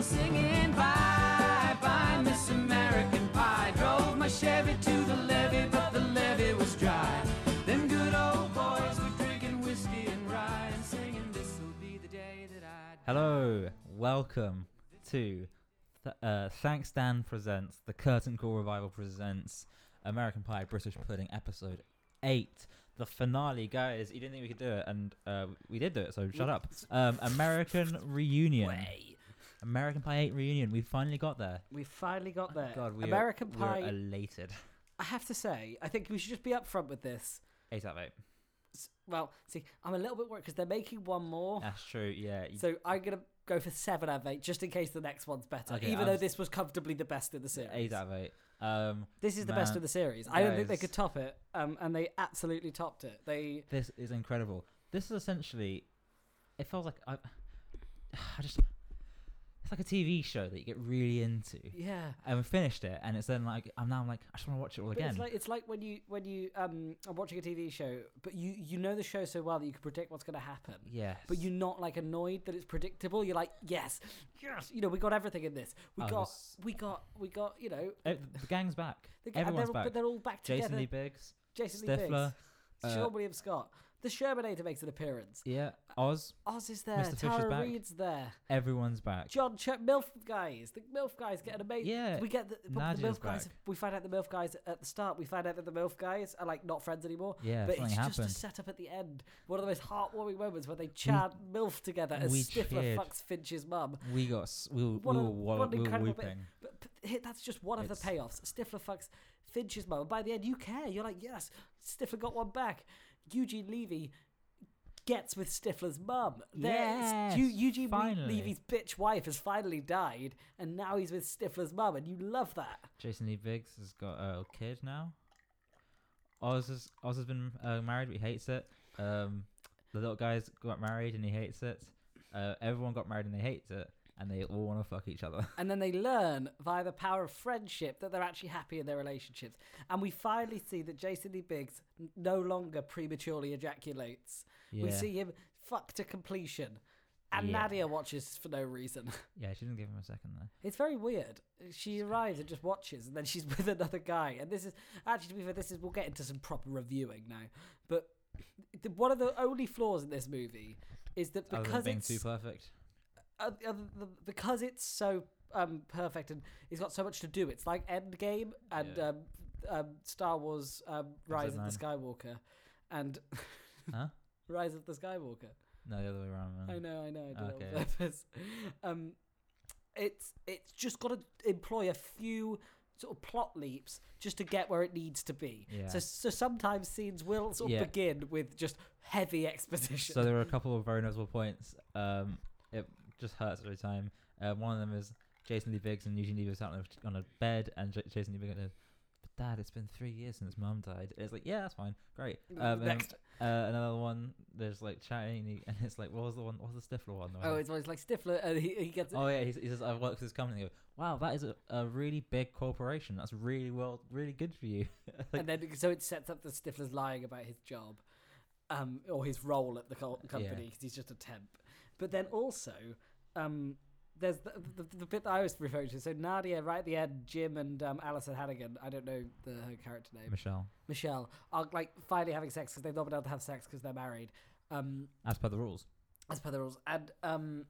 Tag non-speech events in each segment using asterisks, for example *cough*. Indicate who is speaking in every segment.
Speaker 1: singing bye bye, Miss American Pie. Drove my Chevy to the levee, but the levee was dry. Them good old boys were drinking whiskey and rye and singing, This'll be the day that I die.
Speaker 2: Hello, welcome to th- uh, Thanks Dan Presents, the Curtain Call Revival Presents American Pie British Pudding Episode 8. The finale, guys, you didn't think we could do it, and uh, we did do it, so shut up. Um, American Reunion.
Speaker 3: Way.
Speaker 2: American Pie 8 Reunion, we finally got there.
Speaker 3: We finally got there.
Speaker 2: God, we
Speaker 3: Uh, American
Speaker 2: are,
Speaker 3: Pie.
Speaker 2: We're elated.
Speaker 3: I have to say, I think we should just be upfront with this.
Speaker 2: Eight out of eight.
Speaker 3: S- Well, see, I'm a little bit worried because they're making one more,
Speaker 2: That's true, yeah. you-
Speaker 3: Oh. so I'm gonna go for seven out of eight just in case the next one's better.
Speaker 2: Okay,
Speaker 3: even
Speaker 2: I'm
Speaker 3: though
Speaker 2: s-
Speaker 3: this was comfortably the best in the series.
Speaker 2: eight out of eight. Um,
Speaker 3: This is the best
Speaker 2: Man.
Speaker 3: of the series. I don't think they
Speaker 2: Guys.
Speaker 3: could top it, um, and they absolutely topped it. They
Speaker 2: This is incredible. This is essentially. It feels like I. *sighs* I just. It's like a TV show that you get really into,
Speaker 3: yeah.
Speaker 2: and we finished it, and it's then like I'm now I'm like I just want to watch it all
Speaker 3: But
Speaker 2: again.
Speaker 3: it's like it's like when you when you um are watching a TV show, but you you know the show so well that you can predict what's going to happen.
Speaker 2: yes.
Speaker 3: But you're not like annoyed that it's predictable. You're like, yes, yes. You know, we got everything in this. We
Speaker 2: I
Speaker 3: got,
Speaker 2: was-
Speaker 3: we got, we got. You know,
Speaker 2: Oh, the gang's back.
Speaker 3: the, and
Speaker 2: Everyone's
Speaker 3: they're,
Speaker 2: back.
Speaker 3: But they're all back
Speaker 2: Jason
Speaker 3: *laughs* together.
Speaker 2: Lee Biggs,
Speaker 3: Jason Lee
Speaker 2: Stifler,
Speaker 3: Biggs,
Speaker 2: uh,
Speaker 3: Sean William Scott, the Shermanator makes an appearance.
Speaker 2: yeah, Oz.
Speaker 3: Oz is there.
Speaker 2: Mr. Fish is
Speaker 3: Tara
Speaker 2: back.
Speaker 3: Reid's there.
Speaker 2: Everyone's back.
Speaker 3: John Ch- MILF guys. The MILF guys get an amazing.
Speaker 2: Yeah,
Speaker 3: we get the, the, problem with the
Speaker 2: Nadia's
Speaker 3: MILF guys.
Speaker 2: back.
Speaker 3: We find out the MILF guys at the start. We find out that the MILF guys are like not friends anymore.
Speaker 2: Yeah,
Speaker 3: but
Speaker 2: something
Speaker 3: it's
Speaker 2: happened.
Speaker 3: just a setup at the end. One of the most heartwarming moments where they chant MILF together as
Speaker 2: we
Speaker 3: Stifler
Speaker 2: cheered.
Speaker 3: fucks Finch's mum.
Speaker 2: We got s- we were,
Speaker 3: What
Speaker 2: we
Speaker 3: a-
Speaker 2: were, wa-
Speaker 3: what an
Speaker 2: we were
Speaker 3: incredible bit.
Speaker 2: weeping.
Speaker 3: But, but here- that's just one of the
Speaker 2: It's-
Speaker 3: payoffs. Stifler fucks Finch's mum. And by the end, you care. You're like, yes, Stifler got one back. Eugene Levy gets with Stifler's mum. There's-
Speaker 2: Yes,
Speaker 3: Eu- Eugene Le-
Speaker 2: finally.
Speaker 3: Levy's bitch wife has finally died, and now he's with Stifler's mum, and you love that.
Speaker 2: Jason Lee Biggs has got a kid now. Oz has Oz has been uh, married, but he hates it. Um, the little guy's got married and he hates it. Uh, everyone got married and they hate it, and they all want to fuck each other.
Speaker 3: And then they learn via the power of friendship that they're actually happy in their relationships. And we finally see that Jason Lee Biggs n- no longer prematurely ejaculates. We
Speaker 2: Yeah.
Speaker 3: see him fuck to completion. And
Speaker 2: Yeah.
Speaker 3: Nadia watches for no reason. *laughs*
Speaker 2: yeah, she didn't give him a second there.
Speaker 3: It's very weird. She arrives and just watches, and then she's *laughs* with another guy. And this is actually, to be fair, this is we'll get into some proper reviewing now. But the, one of the only flaws in this movie is that
Speaker 2: Other than
Speaker 3: because
Speaker 2: being
Speaker 3: it's
Speaker 2: too perfect.
Speaker 3: oth- other than- because it's so um, perfect and it's got so much to do. It's like Endgame and
Speaker 2: Yeah.
Speaker 3: um, um, Star Wars um, Rise of the
Speaker 2: Episode
Speaker 3: Skywalker and
Speaker 2: Huh?
Speaker 3: Rise of the Skywalker.
Speaker 2: No, the other way around. Man.
Speaker 3: I know, I know, I did it
Speaker 2: Mm. Okay.
Speaker 3: on purpose. *laughs* Um, it's it's just got to employ a few sort of plot leaps just to get where it needs to be.
Speaker 2: Yeah.
Speaker 3: So so sometimes scenes will sort of
Speaker 2: Yeah.
Speaker 3: begin with just heavy *laughs* exposition.
Speaker 2: So there were a couple of very notable points. Um, it just hurts every time. Uh, one of them is Jason Lee Biggs and Eugene Lee Biggs out on a, on a bed, and J- Jason Lee Biggs goes, "But Dad, it's been three years since Mum died." It's like, yeah, that's fine, great. Um, and,
Speaker 3: Next.
Speaker 2: uh, another one. There's like chatting, and, he, and it's like, what was the one? What was the Stifler one?
Speaker 3: oh, it's always like Stifler, and he, he gets
Speaker 2: Oh yeah, he, he says I work for this company. They go, wow, that is a, a really big corporation. That's really well, really good for you.
Speaker 3: and then so it sets up that Stifler's lying about his job, um, or his role at the co- company
Speaker 2: Yeah.
Speaker 3: because he's just a temp. But then also, um, there's the, the, the bit that I was referring to. So Nadia, right at the end, Jim and um, Alison Hannigan. I don't know the her character name.
Speaker 2: Michelle,
Speaker 3: Michelle are like finally having sex because they've not been able to have sex because they're married. Um,
Speaker 2: as per the rules.
Speaker 3: as per the rules. And um,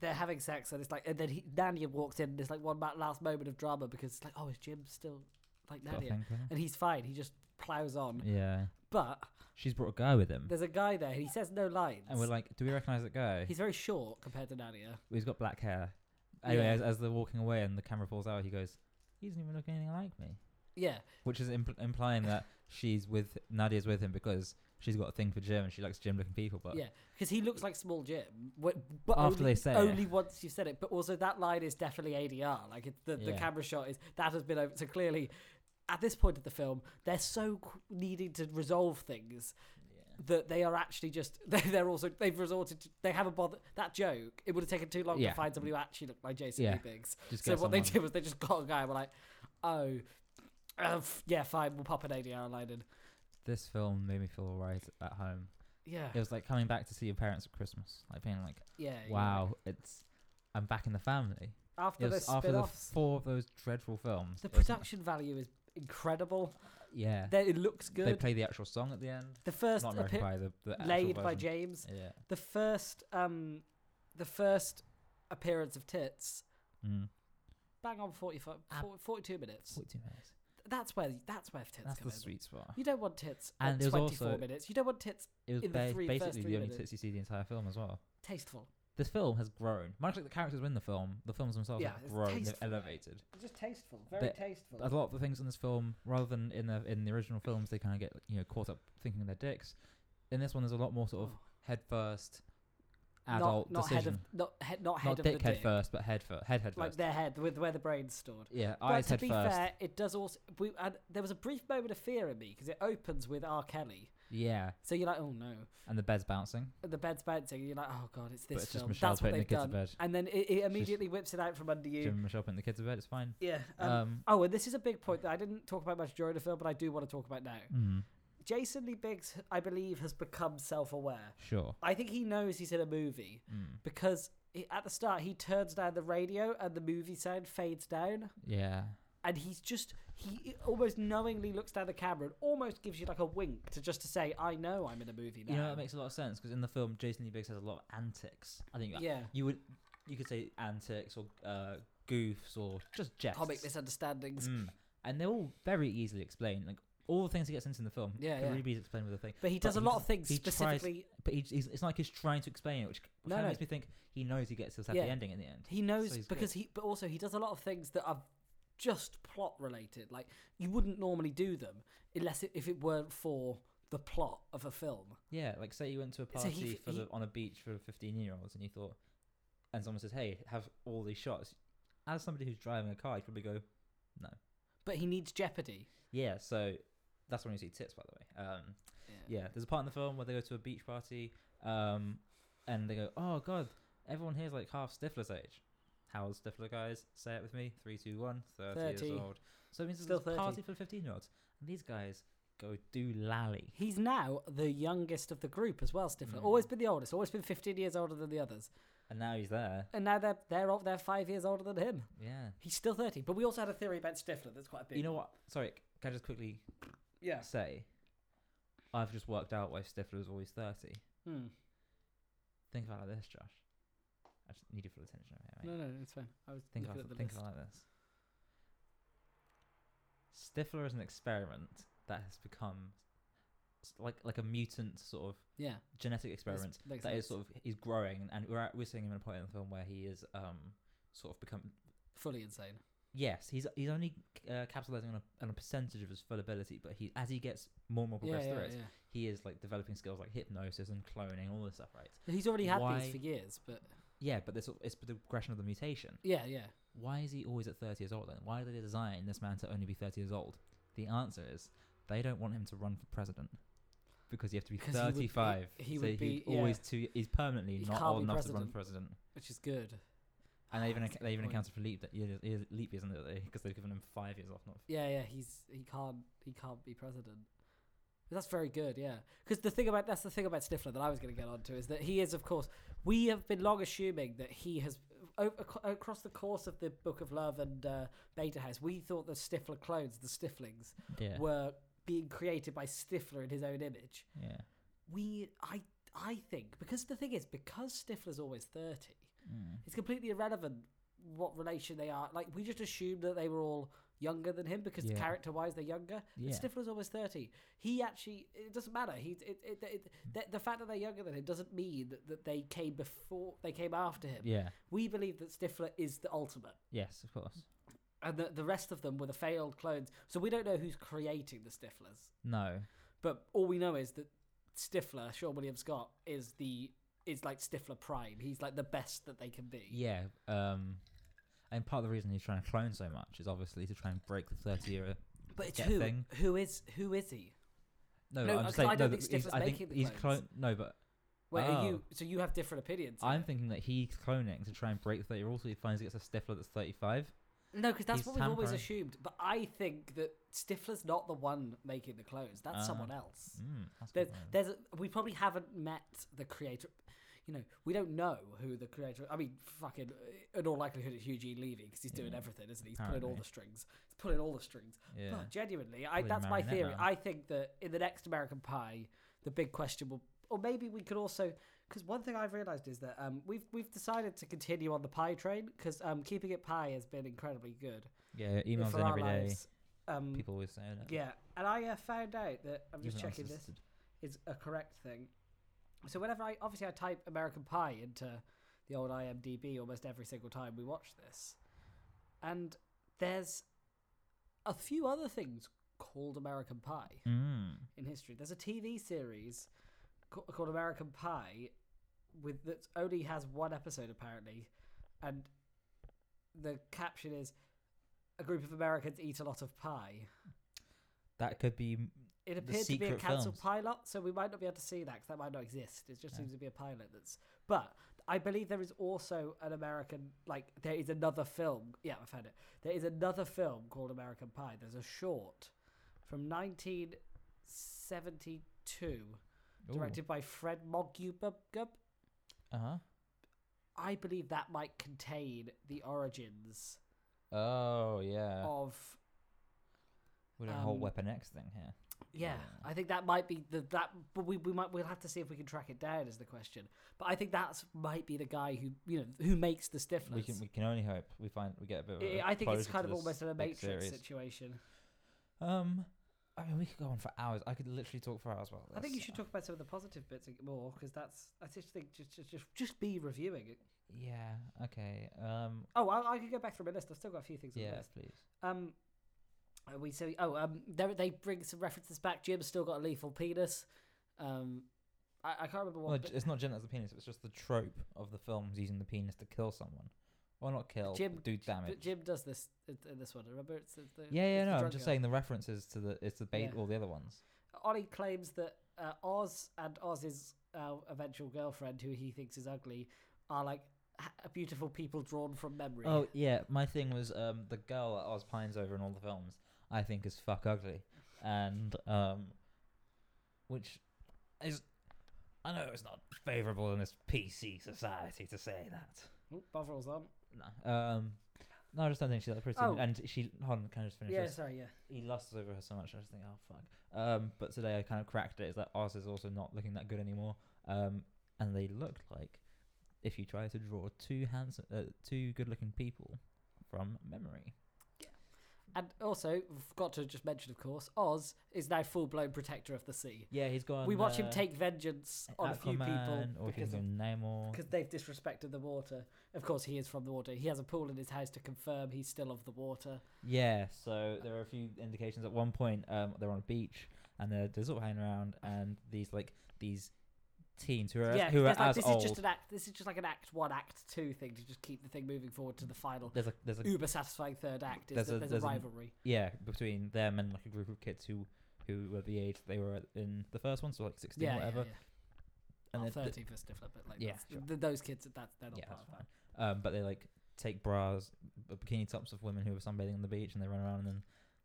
Speaker 3: they're having sex, and it's like, and then he, Nadia walks in, and it's like one ma- last moment of drama because it's like, oh, is Jim still like
Speaker 2: Got a
Speaker 3: Nadia?
Speaker 2: thing for her.
Speaker 3: And he's fine. He just plows on.
Speaker 2: Yeah,
Speaker 3: But
Speaker 2: she's brought a guy with him,
Speaker 3: there's a guy there, and he says no lines.
Speaker 2: and we're like, do we recognize that guy?
Speaker 3: he's very short compared to Nadia.
Speaker 2: he's got black hair. Anyway,
Speaker 3: Yeah.
Speaker 2: as, as they're walking away and the camera falls out, he goes, "He doesn't even look anything like me,"
Speaker 3: Yeah,
Speaker 2: which is impl- implying
Speaker 3: *laughs*
Speaker 2: that she's with Nadia's with him because she's got a thing for Jim and she likes Jim-looking people. But
Speaker 3: yeah, because he looks like small Jim. wh- But
Speaker 2: After
Speaker 3: only,
Speaker 2: they say it.
Speaker 3: only once you said it. But also that line is definitely ADR. Like it's the, the
Speaker 2: Yeah.
Speaker 3: camera shot is that has been over. So clearly, at this point of the film, they're so qu- needing to resolve things that they are actually just *laughs* they- they're also they've resorted to they haven't bothered that joke. It would have taken too long
Speaker 2: Yeah.
Speaker 3: to find somebody who actually looked like Jason
Speaker 2: Yeah.
Speaker 3: Lee Biggs.
Speaker 2: Just
Speaker 3: so
Speaker 2: get
Speaker 3: what they
Speaker 2: someone.
Speaker 3: did was they just got a guy. and We're like, oh, uh, f- yeah, fine, we'll pop an ADR line in. *laughs*
Speaker 2: this film made me feel alright at home.
Speaker 3: Yeah,
Speaker 2: It was like coming back to see your parents at Christmas, like being like,
Speaker 3: yeah, yeah.
Speaker 2: "Wow, it's I'm back in the family."
Speaker 3: after the
Speaker 2: Yes, after the
Speaker 3: spin-offs.
Speaker 2: four of those dreadful films.
Speaker 3: The
Speaker 2: it was-
Speaker 3: production value is incredible.
Speaker 2: Yeah.
Speaker 3: They, it looks
Speaker 2: They
Speaker 3: good.
Speaker 2: play the actual song at the end.
Speaker 3: the first
Speaker 2: Not American
Speaker 3: appear-
Speaker 2: Pie, the, the actual
Speaker 3: laid by
Speaker 2: version.
Speaker 3: James.
Speaker 2: Yeah.
Speaker 3: The first um, the first appearance of tits.
Speaker 2: Mm.
Speaker 3: Bang on 45,
Speaker 2: Ah.
Speaker 3: 40 42 minutes.
Speaker 2: 42 minutes.
Speaker 3: That's where that's where tits
Speaker 2: That's
Speaker 3: come
Speaker 2: the
Speaker 3: in.
Speaker 2: sweet spot.
Speaker 3: You don't want tits
Speaker 2: And
Speaker 3: and
Speaker 2: there's
Speaker 3: 24
Speaker 2: also-
Speaker 3: minutes. You don't want tits
Speaker 2: It was
Speaker 3: in the
Speaker 2: ba-
Speaker 3: three- first
Speaker 2: basically
Speaker 3: three
Speaker 2: the only
Speaker 3: minutes.
Speaker 2: tits you see the entire film as well.
Speaker 3: tasteful.
Speaker 2: This film has grown. Much like the characters in the film, the films themselves
Speaker 3: Yeah,
Speaker 2: have
Speaker 3: it's
Speaker 2: grown. They've
Speaker 3: tasteful.
Speaker 2: elevated.
Speaker 3: Just tasteful.
Speaker 2: very But
Speaker 3: tasteful.
Speaker 2: a lot of the things in this film, rather than in the in the original films, they kind of get you know caught up thinking of their dicks. In this one, there's a lot more sort of head first, adult
Speaker 3: Oh. not, not
Speaker 2: decision,
Speaker 3: head of not head not head
Speaker 2: not
Speaker 3: of
Speaker 2: dick
Speaker 3: the
Speaker 2: head
Speaker 3: dick.
Speaker 2: first, but head first, head head
Speaker 3: Like
Speaker 2: first.
Speaker 3: their head with where the brain's stored.
Speaker 2: Yeah,
Speaker 3: But
Speaker 2: eyes
Speaker 3: to
Speaker 2: head
Speaker 3: be
Speaker 2: first.
Speaker 3: fair, it does also. We, and there was a brief moment of fear in me because it opens with R. Kelly,
Speaker 2: Yeah,
Speaker 3: so you're like, oh no,
Speaker 2: and the bed's bouncing.
Speaker 3: and the bed's bouncing, and you're like, oh god, it's
Speaker 2: But
Speaker 3: this
Speaker 2: it's just
Speaker 3: film.
Speaker 2: Michelle
Speaker 3: That's what
Speaker 2: putting the
Speaker 3: they've
Speaker 2: kids to
Speaker 3: done.
Speaker 2: bed.
Speaker 3: And then it, it immediately whips it out from under you.
Speaker 2: Jim and Michelle putting the kids to bed. It's fine.
Speaker 3: Yeah. Um,
Speaker 2: Um,
Speaker 3: oh, and this is a big point that I didn't talk about much during the film, but I do want to talk about now.
Speaker 2: mm,
Speaker 3: Jason Lee Biggs, I believe, has become self-aware.
Speaker 2: sure.
Speaker 3: I think he knows he's in a movie
Speaker 2: Mm,
Speaker 3: because he, at the start he turns down the radio and the movie sound fades down.
Speaker 2: yeah.
Speaker 3: and he's just he almost knowingly looks down the camera and almost gives you like a wink to just to say i know i'm in a movie now
Speaker 2: You know that makes a lot of sense because in the film, Jason Lee Biggs has a lot of antics. I think that
Speaker 3: yeah
Speaker 2: you would you could say antics or uh, goofs or just jests.
Speaker 3: comic misunderstandings
Speaker 2: Mm. And they're all very easily explained. Like all the things he gets into in the film,
Speaker 3: Yeah,
Speaker 2: can
Speaker 3: yeah.
Speaker 2: really be explained with a thing.
Speaker 3: but he
Speaker 2: But
Speaker 3: does a
Speaker 2: he-
Speaker 3: lot of things
Speaker 2: he tries-
Speaker 3: specifically
Speaker 2: But he, he's, it's like he's trying to explain it, which
Speaker 3: No,
Speaker 2: kind of
Speaker 3: no.
Speaker 2: makes me think he knows he gets his happy
Speaker 3: Yeah.
Speaker 2: ending in the end.
Speaker 3: he knows
Speaker 2: he's good.
Speaker 3: because he but also he does a lot of things that are just plot related like you wouldn't normally do them unless it, if it weren't for the plot of a film
Speaker 2: Yeah, like say you went to a
Speaker 3: So
Speaker 2: party
Speaker 3: he-
Speaker 2: for
Speaker 3: he-
Speaker 2: the, on a beach for 15 year olds and you thought, and someone says, hey, have all these shots. As somebody who's driving a car, you'd probably go,
Speaker 3: but he needs jeopardy
Speaker 2: yeah, so that's when you see tits, by the way. Um, Yeah, there's a part in the film where they go to a beach party, um, and they go, "Oh God, everyone here's like half Stifler's age." How old Stifler guys? Say it with me. Three, two, one. Thirty, years
Speaker 3: 30.
Speaker 2: old. So it means
Speaker 3: Still
Speaker 2: there's a
Speaker 3: 30.
Speaker 2: party for fifteen-year-olds, and these guys go do lally.
Speaker 3: He's now the youngest of the group as well, Stifler.
Speaker 2: Mm.
Speaker 3: Always been the oldest, always been 15 years older than the others.
Speaker 2: And now he's there.
Speaker 3: And now they're, they're, all- they're five years older than him.
Speaker 2: Yeah.
Speaker 3: He's still 30. But we also had a theory about Stifler that's quite a big.
Speaker 2: You know what? Sorry, can I just quickly
Speaker 3: Yeah.
Speaker 2: say, I've just worked out why Stifler is always thirty.
Speaker 3: Hmm.
Speaker 2: Think about it like this, Josh. I just need your full attention. Right?
Speaker 3: No, no, it's fine. I was
Speaker 2: Think
Speaker 3: looking
Speaker 2: of
Speaker 3: at the
Speaker 2: think
Speaker 3: list.
Speaker 2: of it like this. Stifler is an experiment that has become s- like like a mutant sort of
Speaker 3: Yeah.
Speaker 2: genetic
Speaker 3: that's-
Speaker 2: experiment
Speaker 3: makes
Speaker 2: that is
Speaker 3: sense.
Speaker 2: sort of he's growing and we're at, we're seeing him in a point in the film where he is um sort of become
Speaker 3: fully insane.
Speaker 2: yes he's he's only uh, capitalizing on a, on a percentage of his full ability but he as he gets more and more
Speaker 3: Yeah,
Speaker 2: progressed
Speaker 3: yeah,
Speaker 2: through it
Speaker 3: yeah.
Speaker 2: he is like developing skills like hypnosis and cloning all this stuff right
Speaker 3: He's already had
Speaker 2: Why-
Speaker 3: these for years, but
Speaker 2: yeah but this it's the progression of the mutation
Speaker 3: yeah, yeah.
Speaker 2: why is he always at 30 years old then? Why did they design this man to only be 30 years old? The answer is they don't want him to run for president because you have to be
Speaker 3: Because he would be-
Speaker 2: 35.
Speaker 3: he
Speaker 2: so
Speaker 3: would
Speaker 2: he'd
Speaker 3: be- yeah.
Speaker 2: always too. He's permanently
Speaker 3: He
Speaker 2: not
Speaker 3: can't
Speaker 2: old
Speaker 3: be
Speaker 2: enough to run for president.
Speaker 3: Which is good.
Speaker 2: And they even
Speaker 3: That's a
Speaker 2: acc- they
Speaker 3: good
Speaker 2: even
Speaker 3: point.
Speaker 2: accounted for leap that year, year, leap years, didn't they? Because they've given him five years off. Not
Speaker 3: Yeah, yeah. He's he can't he can't be president. That's very good, yeah. Because the thing about that's the thing about Stifler that I was going to get onto is that he is, of course, we have been long assuming that he has o- ac- across the course of the Book of Love and uh, Beta House, we thought the Stifler clones, the Stiflings,
Speaker 2: yeah,
Speaker 3: were being created by Stifler in his own image.
Speaker 2: yeah.
Speaker 3: We, I, I think because the thing is because Stifler's always thirty,
Speaker 2: Mm.
Speaker 3: it's completely irrelevant what relation they are. Like we just assumed that they were all younger than him because
Speaker 2: Yeah.
Speaker 3: character-wise they're younger.
Speaker 2: Yeah.
Speaker 3: But Stifler's almost thirty. He actually it doesn't matter. He it, it, it, the, the fact that they're younger than him doesn't mean that, that they came before they came after him.
Speaker 2: yeah,
Speaker 3: We believe that Stifler is the ultimate.
Speaker 2: yes, of course.
Speaker 3: And the, the rest of them were the failed clones. So we don't know who's creating the Stiflers.
Speaker 2: No,
Speaker 3: But all we know is that Stifler, Sean William Scott, is the is like Stifler Prime. He's like the best that they can be.
Speaker 2: yeah. Um, and part of the reason he's trying to clone so much is obviously to try and break the 30 year
Speaker 3: but it's
Speaker 2: get
Speaker 3: who?
Speaker 2: thing.
Speaker 3: Who is who is he?
Speaker 2: No,
Speaker 3: No,
Speaker 2: I'm
Speaker 3: uh,
Speaker 2: just
Speaker 3: 'cause
Speaker 2: saying.
Speaker 3: I don't
Speaker 2: no,
Speaker 3: think
Speaker 2: that he's-
Speaker 3: Stifler's
Speaker 2: I think
Speaker 3: making the
Speaker 2: he's
Speaker 3: clones.
Speaker 2: clone. No, but
Speaker 3: Wait, are
Speaker 2: Oh.
Speaker 3: you so you have different opinions?
Speaker 2: I'm thinking that he's cloning to try and break the 30 rule, so he finds he gets a Stifler that's 35.
Speaker 3: no, because that's
Speaker 2: he's
Speaker 3: what we've always
Speaker 2: tampering.
Speaker 3: assumed. But I think that Stifler's not the one making the clothes. That's
Speaker 2: Ah.
Speaker 3: someone else.
Speaker 2: Mm, that's a
Speaker 3: There's,
Speaker 2: good one.
Speaker 3: there's a, we probably haven't met the creator. you know, we don't know who the creator. I mean, fucking, in all likelihood, it's Eugene Levy because he's doing
Speaker 2: Yeah.
Speaker 3: everything, isn't he? He's pulling all
Speaker 2: Apparently.
Speaker 3: the strings. He's pulling all the strings.
Speaker 2: Yeah.
Speaker 3: But genuinely, I,
Speaker 2: Bloody
Speaker 3: that's my
Speaker 2: marionette
Speaker 3: theory.
Speaker 2: man.
Speaker 3: I think that in the next American Pie, the big question will, or maybe we could also, because one thing I've realised is that um, we've we've decided to continue on the pie train because um, keeping it pie has been incredibly good
Speaker 2: yeah, emails
Speaker 3: for
Speaker 2: in
Speaker 3: our
Speaker 2: every day.
Speaker 3: lives. Um,
Speaker 2: People always saying it.
Speaker 3: yeah, and I uh, found out that I'm just
Speaker 2: Even
Speaker 3: checking this
Speaker 2: unassisted.
Speaker 3: is a correct thing. So whenever I obviously I type American Pie into the old IMDb almost every single time we watch this, and there's a few other things called American Pie
Speaker 2: Mm.
Speaker 3: in history. There's a TV series ca- called American Pie with that only has one episode apparently, and the caption is a group of Americans eat a lot of pie.
Speaker 2: That could be.
Speaker 3: It
Speaker 2: The
Speaker 3: appeared to be a
Speaker 2: secret
Speaker 3: cancelled
Speaker 2: films.
Speaker 3: pilot, so we might not be able to see that because that might not exist. It just seems to be a pilot that's. But I believe there is also an American, like there is another film. Yeah, I found it. There is another film called American Pie. There's a short from 1972, directed by Fred Mogubub.
Speaker 2: Uh huh.
Speaker 3: I believe that might contain the origins
Speaker 2: Oh yeah.
Speaker 3: of.
Speaker 2: We're doing a whole
Speaker 3: um,
Speaker 2: Weapon X thing here.
Speaker 3: Yeah,
Speaker 2: Yeah.
Speaker 3: I think that might be the that, but we, we might we'll have to see if we can track it down is the question. But I think that's might be the guy who you know who makes the stiffness.
Speaker 2: We can we can only hope we find we get a bit. Of
Speaker 3: I-
Speaker 2: a
Speaker 3: I think it's
Speaker 2: closure
Speaker 3: kind
Speaker 2: to
Speaker 3: of
Speaker 2: this
Speaker 3: almost a
Speaker 2: big
Speaker 3: matrix
Speaker 2: series.
Speaker 3: situation.
Speaker 2: Um, I mean, we could go on for hours. I could literally talk for hours about this.
Speaker 3: I think you should talk about some of the positive bits more because that's I just think just just just, just be reviewing it.
Speaker 2: Yeah. Okay. Um.
Speaker 3: Oh, I, I could go back through my list. I've still got a few things on the
Speaker 2: Yeah.
Speaker 3: list.
Speaker 2: Please.
Speaker 3: Um, uh, we say oh um they they bring some references back. Jim's still got a lethal penis. Um, I, I can't remember what.
Speaker 2: Well,
Speaker 3: bit-
Speaker 2: it's not Jim that's the penis. It's just the trope of the films using the penis to kill someone, or not kill,
Speaker 3: Jim-
Speaker 2: but do damage.
Speaker 3: But Jim does this in in this one. Remember, it's, it's the
Speaker 2: yeah, yeah,
Speaker 3: it's the
Speaker 2: no. I'm
Speaker 3: drunk
Speaker 2: just
Speaker 3: guy.
Speaker 2: saying the references to the it's the bait
Speaker 3: Yeah.
Speaker 2: all the other ones.
Speaker 3: Ollie claims that uh, Oz and Oz's uh, eventual girlfriend, who he thinks is ugly, are like ha- beautiful people drawn from memory.
Speaker 2: Oh yeah, my thing was um the girl that Oz pines over in all the films. I think is fuck ugly, and um, which is I know it's not favourable in this PC society to say that.
Speaker 3: Oop, Bovrill's on.
Speaker 2: No, um, no, I just don't think she's that pretty.
Speaker 3: Oh.
Speaker 2: And she hold on, can I just finish?
Speaker 3: Yeah,
Speaker 2: this?
Speaker 3: sorry, yeah.
Speaker 2: he lusts over her so much. I just think, oh fuck. Um, but today I kind of cracked it. Is that Oz is also not looking that good anymore. Um, and they look like if you try to draw two handsome, uh, two good-looking people from memory.
Speaker 3: And also, forgot to just mention, of course, Oz is now full blown protector of the sea.
Speaker 2: Yeah, he's gone.
Speaker 3: we watch him
Speaker 2: uh,
Speaker 3: take vengeance on a few
Speaker 2: Aquaman,
Speaker 3: people
Speaker 2: or
Speaker 3: because
Speaker 2: he's
Speaker 3: of,
Speaker 2: gone Namor.
Speaker 3: because they've disrespected the water. Of course, he is from the water. He has a pool in his house to confirm he's still of the water.
Speaker 2: Yeah, so there are a few indications. At one point, um, they're on a beach and they're just sort of hanging around, and these like these teens who are
Speaker 3: yeah,
Speaker 2: who are
Speaker 3: there's like,
Speaker 2: as
Speaker 3: this
Speaker 2: old.
Speaker 3: is just an act. This is just like an act one, act two thing to just keep the thing moving forward to the final
Speaker 2: there's a there's a
Speaker 3: uber satisfying third act. Is
Speaker 2: There's
Speaker 3: that
Speaker 2: a-
Speaker 3: there's
Speaker 2: there's
Speaker 3: a
Speaker 2: a-
Speaker 3: rivalry.
Speaker 2: yeah, between them and like a group of kids who who were the age they were in the first one, so like sixteen,
Speaker 3: yeah,
Speaker 2: whatever.
Speaker 3: yeah, yeah.
Speaker 2: And
Speaker 3: And
Speaker 2: then th-
Speaker 3: thirty for Stifler, but like
Speaker 2: Yeah,
Speaker 3: that's-
Speaker 2: sure.
Speaker 3: th- those kids that they're not
Speaker 2: yeah,
Speaker 3: part
Speaker 2: that's
Speaker 3: of that.
Speaker 2: fine. Um, but they like take bras, b- bikini tops of women who were sunbathing on the beach, and they run around and then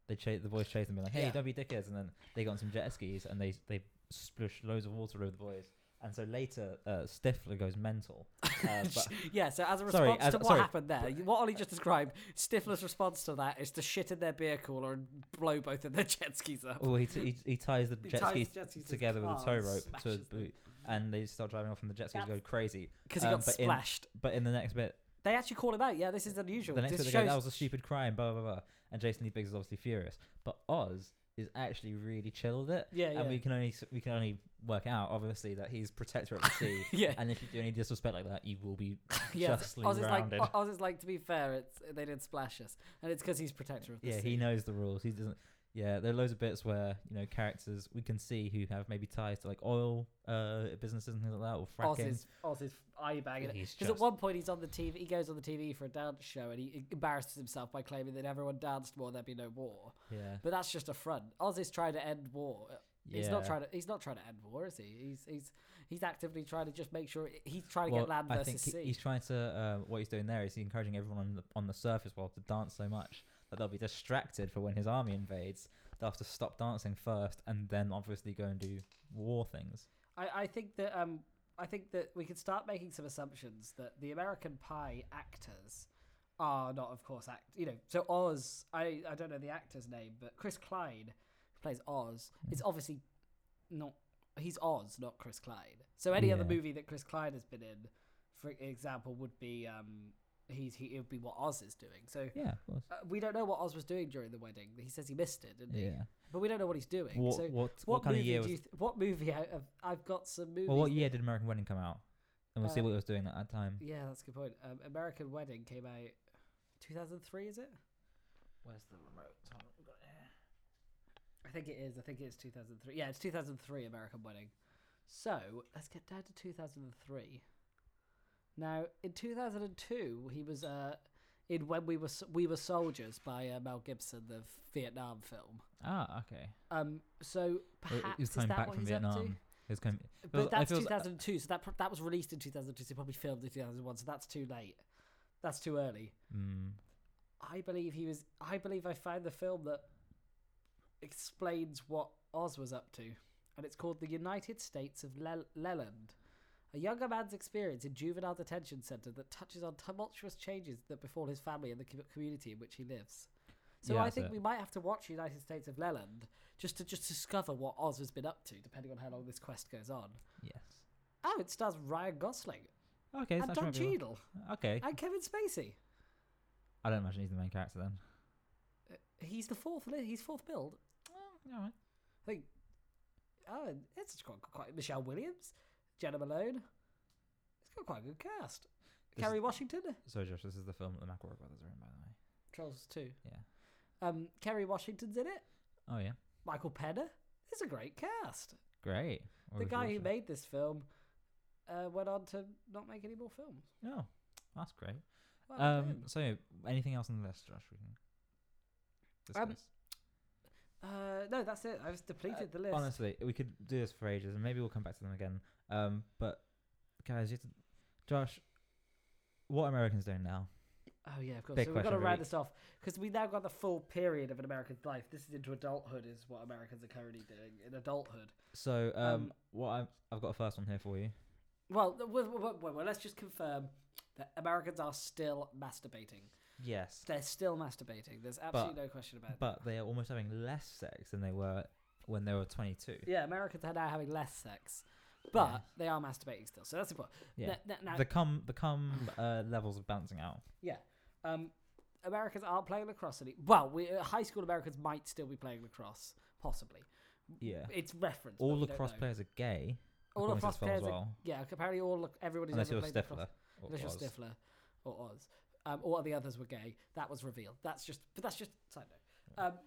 Speaker 2: they chase the boys chase them, and like, hey,
Speaker 3: Yeah.
Speaker 2: don't be dickheads, and then they got on some jet skis and they they splish loads of water over the boys. And so later, uh, Stifler goes
Speaker 3: *laughs*
Speaker 2: mental. Uh, but
Speaker 3: Yeah, so as a
Speaker 2: Sorry,
Speaker 3: response
Speaker 2: as-
Speaker 3: to what
Speaker 2: sorry.
Speaker 3: happened there, you- what Ollie just described, Stifler's response to that is to shit in their beer cooler and blow both of their jet skis up.
Speaker 2: oh, he, t- he, he ties the
Speaker 3: He
Speaker 2: jet
Speaker 3: ties
Speaker 2: skis
Speaker 3: the jet skis to his
Speaker 2: together with a
Speaker 3: car
Speaker 2: tow
Speaker 3: and
Speaker 2: rope to his
Speaker 3: smashes them.
Speaker 2: boot, and they start driving off, and the jet skis go
Speaker 3: That's-
Speaker 2: crazy.
Speaker 3: because he
Speaker 2: Um,
Speaker 3: got
Speaker 2: but in-
Speaker 3: splashed.
Speaker 2: But in the next bit,
Speaker 3: They actually call him out. Yeah, this is unusual.
Speaker 2: The next
Speaker 3: this
Speaker 2: bit they go, that was a stupid crime, blah blah blah. And Jason Lee Biggs is obviously furious, but Oz is actually really chill with it,
Speaker 3: yeah, yeah.
Speaker 2: and we can only s- we can only work out obviously that he's protector of the *laughs* sea,
Speaker 3: yeah,
Speaker 2: and if you do any disrespect like that, you will be
Speaker 3: *laughs* yeah.
Speaker 2: justly
Speaker 3: Oz is like,
Speaker 2: rounded.
Speaker 3: Oz is like, to be fair, it's they didn't splash us, and it's because he's protector of the
Speaker 2: yeah.
Speaker 3: sea.
Speaker 2: He knows the rules. He doesn't. Yeah, there are loads of bits where you know characters we can see who have maybe ties to like oil uh, businesses and things like that, or
Speaker 3: Oz
Speaker 2: fracking.
Speaker 3: is, Oz is eye bagging it.
Speaker 2: He's
Speaker 3: Because at
Speaker 2: just-
Speaker 3: one point he's on the TV, he goes on the TV for a dance show and he embarrasses himself by claiming that everyone danced more, there'd be no war.
Speaker 2: yeah,
Speaker 3: But that's just a front. Oz is trying to end war.
Speaker 2: yeah.
Speaker 3: He's not trying to. He's not trying to end war, is he? He's he's he's actively trying to just make sure he's trying to
Speaker 2: Well,
Speaker 3: get land
Speaker 2: I
Speaker 3: versus
Speaker 2: think he-
Speaker 3: sea.
Speaker 2: he's trying to. Uh, what he's doing there is he's encouraging everyone on the on the surface world to dance so much that they'll be distracted for when his army invades. They'll have to stop dancing first, and then obviously go and do war things.
Speaker 3: I, I think that um I think that we can start making some assumptions that the American Pie actors are not, of course, act. You know, so Oz. I I don't know the actor's name, but Chris Klein, who plays Oz,
Speaker 2: Hmm.
Speaker 3: is obviously not. He's Oz, not Chris Klein. So any other
Speaker 2: Yeah.
Speaker 3: movie that Chris Klein has been in, for example, would be um he's he it would be what Oz is doing. So.
Speaker 2: Yeah, of course.
Speaker 3: Uh, we don't know what Oz was doing during the wedding. He says he missed it, didn't he?
Speaker 2: Yeah.
Speaker 3: But we don't know what he's doing.
Speaker 2: What,
Speaker 3: so
Speaker 2: what, what, kind of
Speaker 3: movie
Speaker 2: year
Speaker 3: do
Speaker 2: was
Speaker 3: you th- what movie? I, I've, I've got some movies.
Speaker 2: Well, what
Speaker 3: that-
Speaker 2: year did American Wedding come out? And we'll see
Speaker 3: Uh,
Speaker 2: what it was doing at that time.
Speaker 3: Yeah, that's a good point. Um, American Wedding came out 2003, is it?
Speaker 2: Where's the remote? I've got it here.
Speaker 3: I think it is. I think it's 2003. Yeah, it's 2003 American Wedding. So let's get down to 2003. Now, in 2002, he was uh, in When We Were S- We Were Soldiers by uh, Mel Gibson, the Vietnam film.
Speaker 2: Ah, okay.
Speaker 3: Um, so
Speaker 2: Well,
Speaker 3: perhaps
Speaker 2: he was
Speaker 3: is
Speaker 2: coming
Speaker 3: that
Speaker 2: back
Speaker 3: what
Speaker 2: from
Speaker 3: he's Up to?
Speaker 2: Vietnam. He was coming. Well,
Speaker 3: But
Speaker 2: I
Speaker 3: that's
Speaker 2: feel-
Speaker 3: 2002, so that pro- that was released in 2002, so probably filmed in 2001, so that's too late. That's too early.
Speaker 2: Mm,
Speaker 3: I believe he was. I believe I found the film that explains what Oz was up to, and it's called The United States of Lel- Leland. A younger man's experience in juvenile detention centre that touches on tumultuous changes that befall his family and the com- community in which he lives. So
Speaker 2: Yeah,
Speaker 3: I
Speaker 2: that's
Speaker 3: think
Speaker 2: it.
Speaker 3: we might have to watch United States of Leland just to just discover what Oz has been up to, depending on how long this quest goes on.
Speaker 2: yes.
Speaker 3: Oh, it stars Ryan Gosling
Speaker 2: Okay. it's
Speaker 3: and
Speaker 2: actually
Speaker 3: Don
Speaker 2: might be-
Speaker 3: Cheadle
Speaker 2: Okay.
Speaker 3: and Kevin Spacey.
Speaker 2: I don't imagine he's the main character then.
Speaker 3: Uh, He's the fourth. li- He's fourth build.
Speaker 2: all right.
Speaker 3: I think. Oh, and it's got quite Michelle Williams, Jenna Malone. It's got quite a good cast.
Speaker 2: This
Speaker 3: Kerry Washington,
Speaker 2: So Josh, this is the film that the McElroy brothers are in, by the way.
Speaker 3: Trolls too.
Speaker 2: Yeah.
Speaker 3: Um, Kerry Washington's in it.
Speaker 2: Oh yeah.
Speaker 3: Michael Penner. It's a great cast.
Speaker 2: Great. Well,
Speaker 3: the
Speaker 2: we should
Speaker 3: guy
Speaker 2: watch
Speaker 3: who
Speaker 2: it.
Speaker 3: made this film uh, went on to not make any more films.
Speaker 2: Oh, that's great.
Speaker 3: Well done.
Speaker 2: Um. So anything else on the list, Josh? We can
Speaker 3: Um,
Speaker 2: discuss?
Speaker 3: uh, no, that's it. I've depleted
Speaker 2: uh,
Speaker 3: the list.
Speaker 2: Honestly, we could do this for ages, and maybe we'll come back to them again. Um, but guys, you have to, Josh, what Americans doing now?
Speaker 3: Oh yeah, of course.
Speaker 2: Big
Speaker 3: so we've got
Speaker 2: question
Speaker 3: to
Speaker 2: of the
Speaker 3: round
Speaker 2: week.
Speaker 3: this off because we now got the full period of an American's life. This is into adulthood, is what Americans are currently doing in adulthood.
Speaker 2: So, um,
Speaker 3: Um,
Speaker 2: what I've, I've got a first one here for you.
Speaker 3: Well, th- well, well, well, well, let's just confirm that Americans are still masturbating.
Speaker 2: Yes,
Speaker 3: They're still masturbating. There's absolutely no question about it.
Speaker 2: but they are almost having less sex than they were when they were 22.
Speaker 3: Yeah, Americans are now having less sex, but they are masturbating still. So that's important.
Speaker 2: Yeah,
Speaker 3: Now- now- now-
Speaker 2: the cum the cum uh, levels are bouncing
Speaker 3: *sighs*
Speaker 2: out.
Speaker 3: yeah. Um, Americans aren't playing lacrosse any. Well, we, uh, high school Americans might still be playing lacrosse, possibly.
Speaker 2: Yeah,
Speaker 3: It's referenced.
Speaker 2: all
Speaker 3: but we
Speaker 2: the
Speaker 3: don't
Speaker 2: cross
Speaker 3: know.
Speaker 2: players are gay.
Speaker 3: All
Speaker 2: according to
Speaker 3: lacrosse
Speaker 2: this film as
Speaker 3: players are-
Speaker 2: well,
Speaker 3: Yeah, apparently all lac- everybody's
Speaker 2: unless
Speaker 3: ever
Speaker 2: you're
Speaker 3: played lacrosse.
Speaker 2: Stifler. or
Speaker 3: Unless you're
Speaker 2: Oz.
Speaker 3: Stifler or Oz. Um, all the others were gay. That was revealed. That's just, but that's just side note. Um,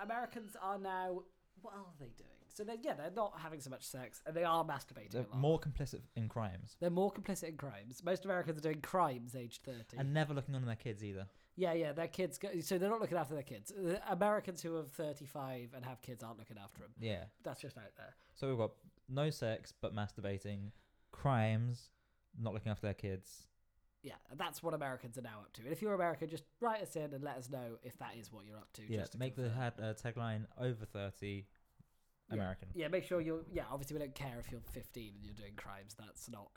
Speaker 3: Americans are now. What are they doing? So they yeah, they're not having so much sex, and they are masturbating
Speaker 2: They're
Speaker 3: a lot.
Speaker 2: more complicit in crimes
Speaker 3: They're more complicit in crimes. Most Americans are doing crimes aged thirty.
Speaker 2: and never looking on their kids either.
Speaker 3: yeah, yeah, their kids. Go, so they're not looking after their kids. The Americans who are thirty-five and have kids aren't looking after them.
Speaker 2: Yeah.
Speaker 3: That's just out there.
Speaker 2: So we've got no sex but masturbating, crimes, not looking after their kids.
Speaker 3: Yeah, that's what Americans are now up to. And if you're American, just write us in and let us know if that is what you're up to.
Speaker 2: yeah,
Speaker 3: just to
Speaker 2: make the
Speaker 3: confirm.
Speaker 2: had uh, tagline over thirty,
Speaker 3: Yeah.
Speaker 2: American.
Speaker 3: Yeah, make sure you're. Yeah, obviously we don't care if you're 15 and you're doing crimes. That's not.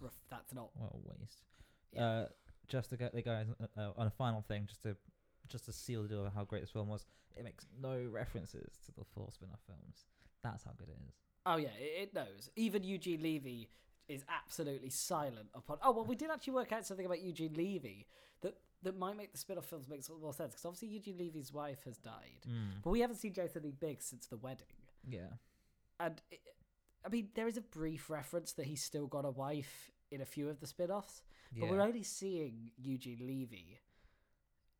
Speaker 3: ref- That's not.
Speaker 2: What a waste.
Speaker 3: Yeah.
Speaker 2: Uh, just to get the guys uh, uh, on a final thing, just to just to seal the deal of how great this film was. It makes no references to the four spin-off films. That's how good it is.
Speaker 3: Oh yeah, it, it knows. Even Eugene Levy is absolutely silent upon. Oh well, we did actually work out something about Eugene Levy that that might make the spin-off films make sort of more sense because obviously Eugene Levy's wife has died, but we haven't seen Jason Lee Biggs since the wedding,
Speaker 2: Yeah.
Speaker 3: and it, I mean there is a brief reference that he's still got a wife in a few of the spin-offs. But we're only seeing Eugene Levy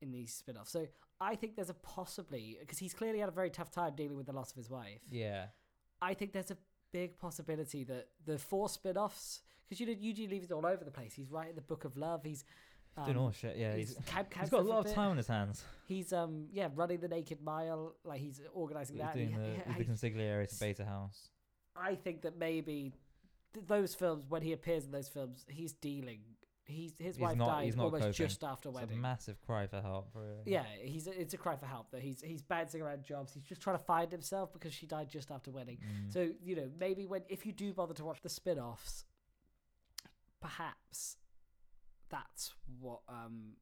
Speaker 3: in these spin offs. So I think there's a possibly, because he's clearly had a very tough time dealing with the loss of his wife.
Speaker 2: yeah.
Speaker 3: I think there's a big possibility that the four spin offs, because you know, Eugene Levy's all over the place. He's writing the Book of Love. He's. Um,
Speaker 2: Doing all this shit. Yeah.
Speaker 3: he's,
Speaker 2: He's,
Speaker 3: cab-
Speaker 2: he's got a
Speaker 3: cabs
Speaker 2: lot of
Speaker 3: bit.
Speaker 2: time on his hands.
Speaker 3: He's um yeah running the Naked Mile, like he's
Speaker 2: He's
Speaker 3: organising that.
Speaker 2: doing the,
Speaker 3: He-
Speaker 2: he's the consigliere to Beta House.
Speaker 3: I think that maybe th- those films, when he appears in those films, he's dealing. He's his
Speaker 2: He's
Speaker 3: wife
Speaker 2: not-
Speaker 3: died
Speaker 2: he's not
Speaker 3: almost
Speaker 2: coping.
Speaker 3: just after
Speaker 2: It's
Speaker 3: wedding.
Speaker 2: a massive cry for help. Really.
Speaker 3: Yeah, he's it's a cry for help though. He's he's bouncing around jobs. He's just trying to find himself because she died just after wedding.
Speaker 2: Mm.
Speaker 3: So you know maybe when if you do bother to watch the spin-offs, perhaps that's what um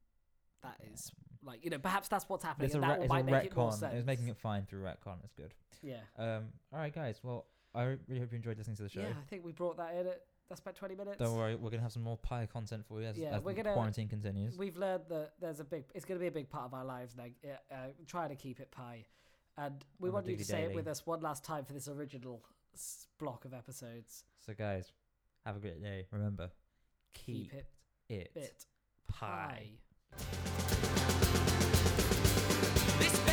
Speaker 3: that is like. You know, perhaps that's what's happening,
Speaker 2: It's a,
Speaker 3: and
Speaker 2: re-
Speaker 3: that
Speaker 2: it's a
Speaker 3: might make it more
Speaker 2: retcon.
Speaker 3: sense.
Speaker 2: It was making it fine through retcon. It's good.
Speaker 3: yeah,
Speaker 2: Um, all right, guys. Well, I re- really hope you enjoyed listening to the show.
Speaker 3: yeah. I think we brought that in. At, that's about twenty minutes.
Speaker 2: Don't worry, we're gonna have some more pie content for you as,
Speaker 3: Yeah,
Speaker 2: as
Speaker 3: we're
Speaker 2: the
Speaker 3: gonna-
Speaker 2: quarantine continues.
Speaker 3: We've learned that there's a big. It's going to be a big part of our lives now. Uh, uh, trying to keep it pie, and we
Speaker 2: On a
Speaker 3: want you to
Speaker 2: diggy
Speaker 3: say it
Speaker 2: daily.
Speaker 3: with us one last time for this original s- block of episodes.
Speaker 2: So, guys, have a great day. Remember, keep,
Speaker 3: Keep it
Speaker 2: it,
Speaker 3: bit
Speaker 2: pie.
Speaker 3: pie.
Speaker 1: This